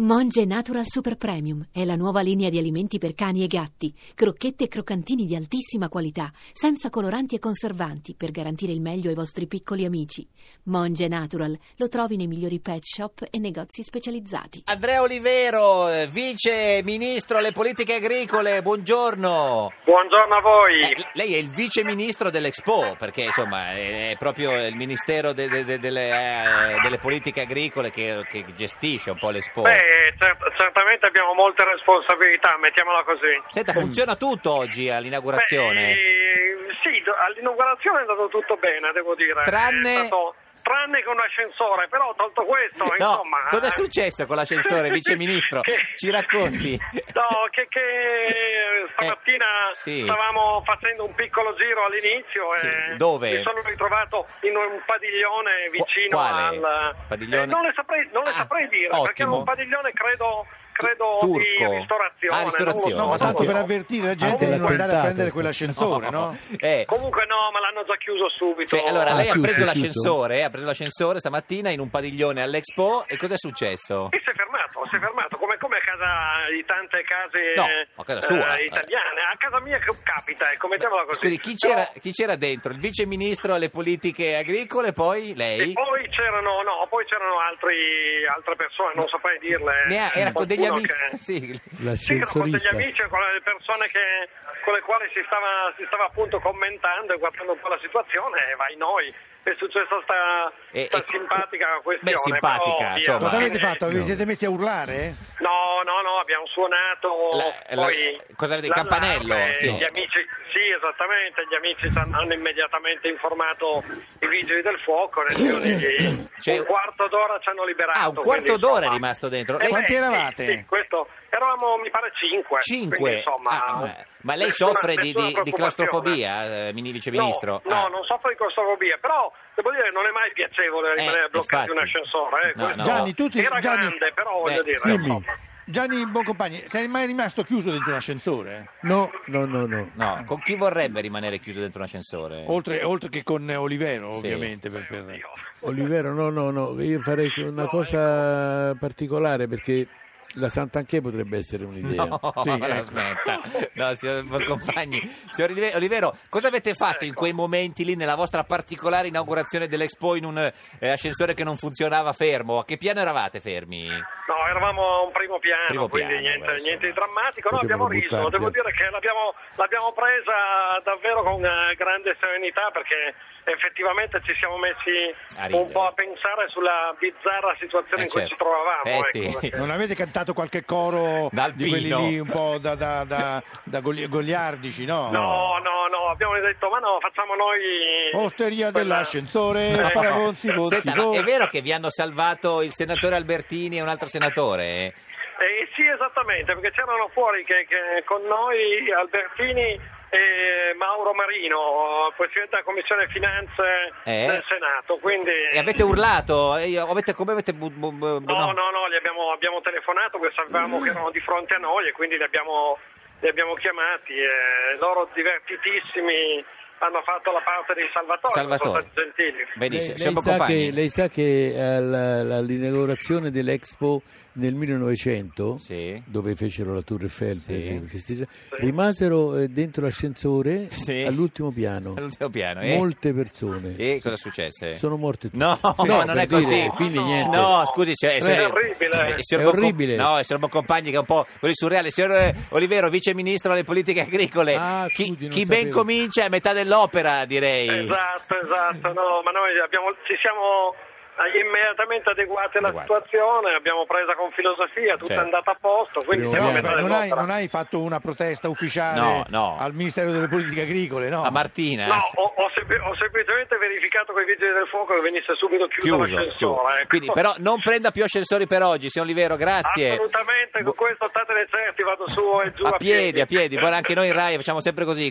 Monge Natural Super Premium è la nuova linea di alimenti per cani e gatti, crocchette e croccantini di altissima qualità, senza coloranti e conservanti, per garantire il meglio ai vostri piccoli amici. Monge Natural lo trovi nei migliori pet shop e negozi specializzati. Andrea Olivero, eh, vice ministro alle politiche agricole, buongiorno. Buongiorno a voi. Eh, lei è il vice ministro dell'Expo, perché insomma è, è proprio il ministero de- de- de- delle, eh, delle politiche agricole che, che gestisce un po' l'Expo. Beh, cer- certamente abbiamo molte responsabilità, mettiamola così. Senta, funziona tutto oggi all'inaugurazione? Beh, eh, sì, do- all'inaugurazione è andato tutto bene, devo dire. Tranne- È stato- tranne che un ascensore, però tolto questo, No, insomma... cosa è eh. successo con l'ascensore, vice ministro? Che- Ci racconti? No, che, che stamattina Eh, sì. stavamo facendo un piccolo giro all'inizio Sì, e dove? mi sono ritrovato in un padiglione vicino quale? al... Padiglione? Eh, non le saprei, non le Ah, saprei dire, perché era ottimo. un padiglione credo, credo di Turco. ristorazione. Ah, ristorazione. No, ma No, tanto no. per avvertire la gente di non andare a prendere quell'ascensore, no? Eh, Comunque no, ma l'hanno già chiuso subito. cioè, allora, Ah, lei ha chiuso, preso, chiuso. l'ascensore, ha preso l'ascensore stamattina in un padiglione all'Expo e cosa è successo? E si è fermato, si è fermato, come, come a casa di tante case No, a casa eh, sua. italiane. A casa mia che capita, ecco, mettiamola così. Scusi, chi Però- c'era, chi c'era dentro? Il vice ministro alle politiche agricole, poi E lei? poi c'erano, no, poi c'erano altri, altre persone, non saprei dirle. eh, Ne ha- era con degli amici. Qualcuno che- Sì. Sì, ero con degli L'ascensorista. amici, con le persone che- con le quali si stava, si stava appunto commentando e guardando un po' la situazione, e vai noi. È successa sta, E- sta e- beh, simpatica questione. simpatica, però, via, insomma. alla Cosa avete fine- fatto? Vi siete messi a urlare? No, no, no, abbiamo suonato La- la- poi cosa avete, il l'allarme, campanello? Sì. Gli amici, sì, esattamente, gli amici ci hanno hanno immediatamente informato i vigili del fuoco, nel giro di Cioè- un quarto d'ora ci hanno liberato. Ah, un quarto quindi, insomma- eh, d'ora è rimasto dentro. Lei- Quanti sì, eravate? Sì, questo, eravamo mi pare cinque. Cinque. quindi, insomma, Ah, ma- ma lei nessuna- soffre di- di- nessuna di preoccupazione. claustrofobia, eh, mini- viceministro? No, no, Ah. non soffro di claustrofobia, però devo dire non è mai piacevole rimanere Eh, bloccati in un infatti. ascensore. eh, No, questo- no. Gianni, tu ti- Era Gianni- grande, però Beh, voglio dire, dimmi. insomma. Gianni Boncompagni, sei mai rimasto chiuso dentro un ascensore? No, no, no, no. No, con chi vorrebbe rimanere chiuso dentro un ascensore? Oltre, oltre che con Olivero, Eh. Sì. ovviamente. per- per- Io- Olivero, no, no, no. Io farei una No, cosa ecco. particolare perché la Sant'Anchè potrebbe essere un'idea. No, Sì, ma ecco. aspetta. No, signor compagni. Signor Olive- Olivero, cosa avete fatto Ecco. in quei momenti lì nella vostra particolare inaugurazione dell'Expo in un eh, ascensore che non funzionava fermo? A che piano eravate fermi? No, eravamo a un primo piano, Primo quindi piano, niente, beh, insomma. niente di drammatico. No, Potevano abbiamo riso, buttarsi. devo dire che l'abbiamo, l'abbiamo presa davvero con eh, grande serenità perché effettivamente ci siamo messi A ridere. un po' a pensare sulla bizzarra situazione Eh, in cui certo. ci trovavamo. Eh, ecco, sì. perché- Non avete cantato qualche coro D'Alpino. di quelli lì un po' da, da, da, da goli- goliardici, no? No, no, no, abbiamo detto, ma no, facciamo noi... Osteria quella- dell'ascensore, Eh, Paragonzi, Bonzi, Senta, ma Bonzi. è vero che vi hanno salvato il senatore Albertini e un altro senatore? Eh, sì, esattamente, perché c'erano fuori che, che con noi Albertini e Mauro Marino, Presidente della Commissione Finanze Eh? del Senato, quindi... E avete urlato? E io- avete- come avete... bu- bu- bu- No, no, no, li abbiamo, abbiamo telefonato perché sapevamo che erano di fronte a noi e quindi li abbiamo, li abbiamo chiamati e loro divertitissimi hanno fatto la parte dei salvatori, Salvatore. sono stati gentili. Benissimo, Lei, siamo lei sa compagni. che, lei sa che eh, alla- all'inaugurazione dell'Expo nel 1900, Sì. dove fecero la Tour Eiffel, per Sì. il festeggio, rimasero eh, dentro l'ascensore Sì. all'ultimo piano. All'ultimo piano, eh? Molte persone. E cosa successe? Sono morte tutte. No, Sì, ma no, non per è così. dire, quindi niente. No, scusi, se- se- È orribile. eh, signor È Bonco- orribile. No, il signor Boncompagni che è un po' quelli surreali. Signor eh, Olivero, vice ministro alle politiche agricole. Ah, chi scusi, non chi ben sapevo. comincia è metà dell'opera, direi. Esatto, esatto, no, ma noi abbiamo- ci siamo eh, immediatamente adeguati alla Adeguati. situazione, abbiamo presa con filosofia, tutto Certo. è andato a posto, quindi Prima Però, siamo beh, piano. messi Eh, non, hai, all'opera. non hai fatto una protesta ufficiale No, no. Ah, al Ministero delle Politiche Agricole, no? A Martina. No, ho, ho sempli- ho semplicemente verificato con i vigili del fuoco che venisse subito chiuso, Chiuso, l'ascensore. chiuso. ecco. Quindi, però, non prenda più ascensori per oggi, signor Olivero, grazie. Assolutamente, con questo statene certi, vado su e giù a piedi, a piedi. Guarda, anche noi in Rai facciamo sempre così.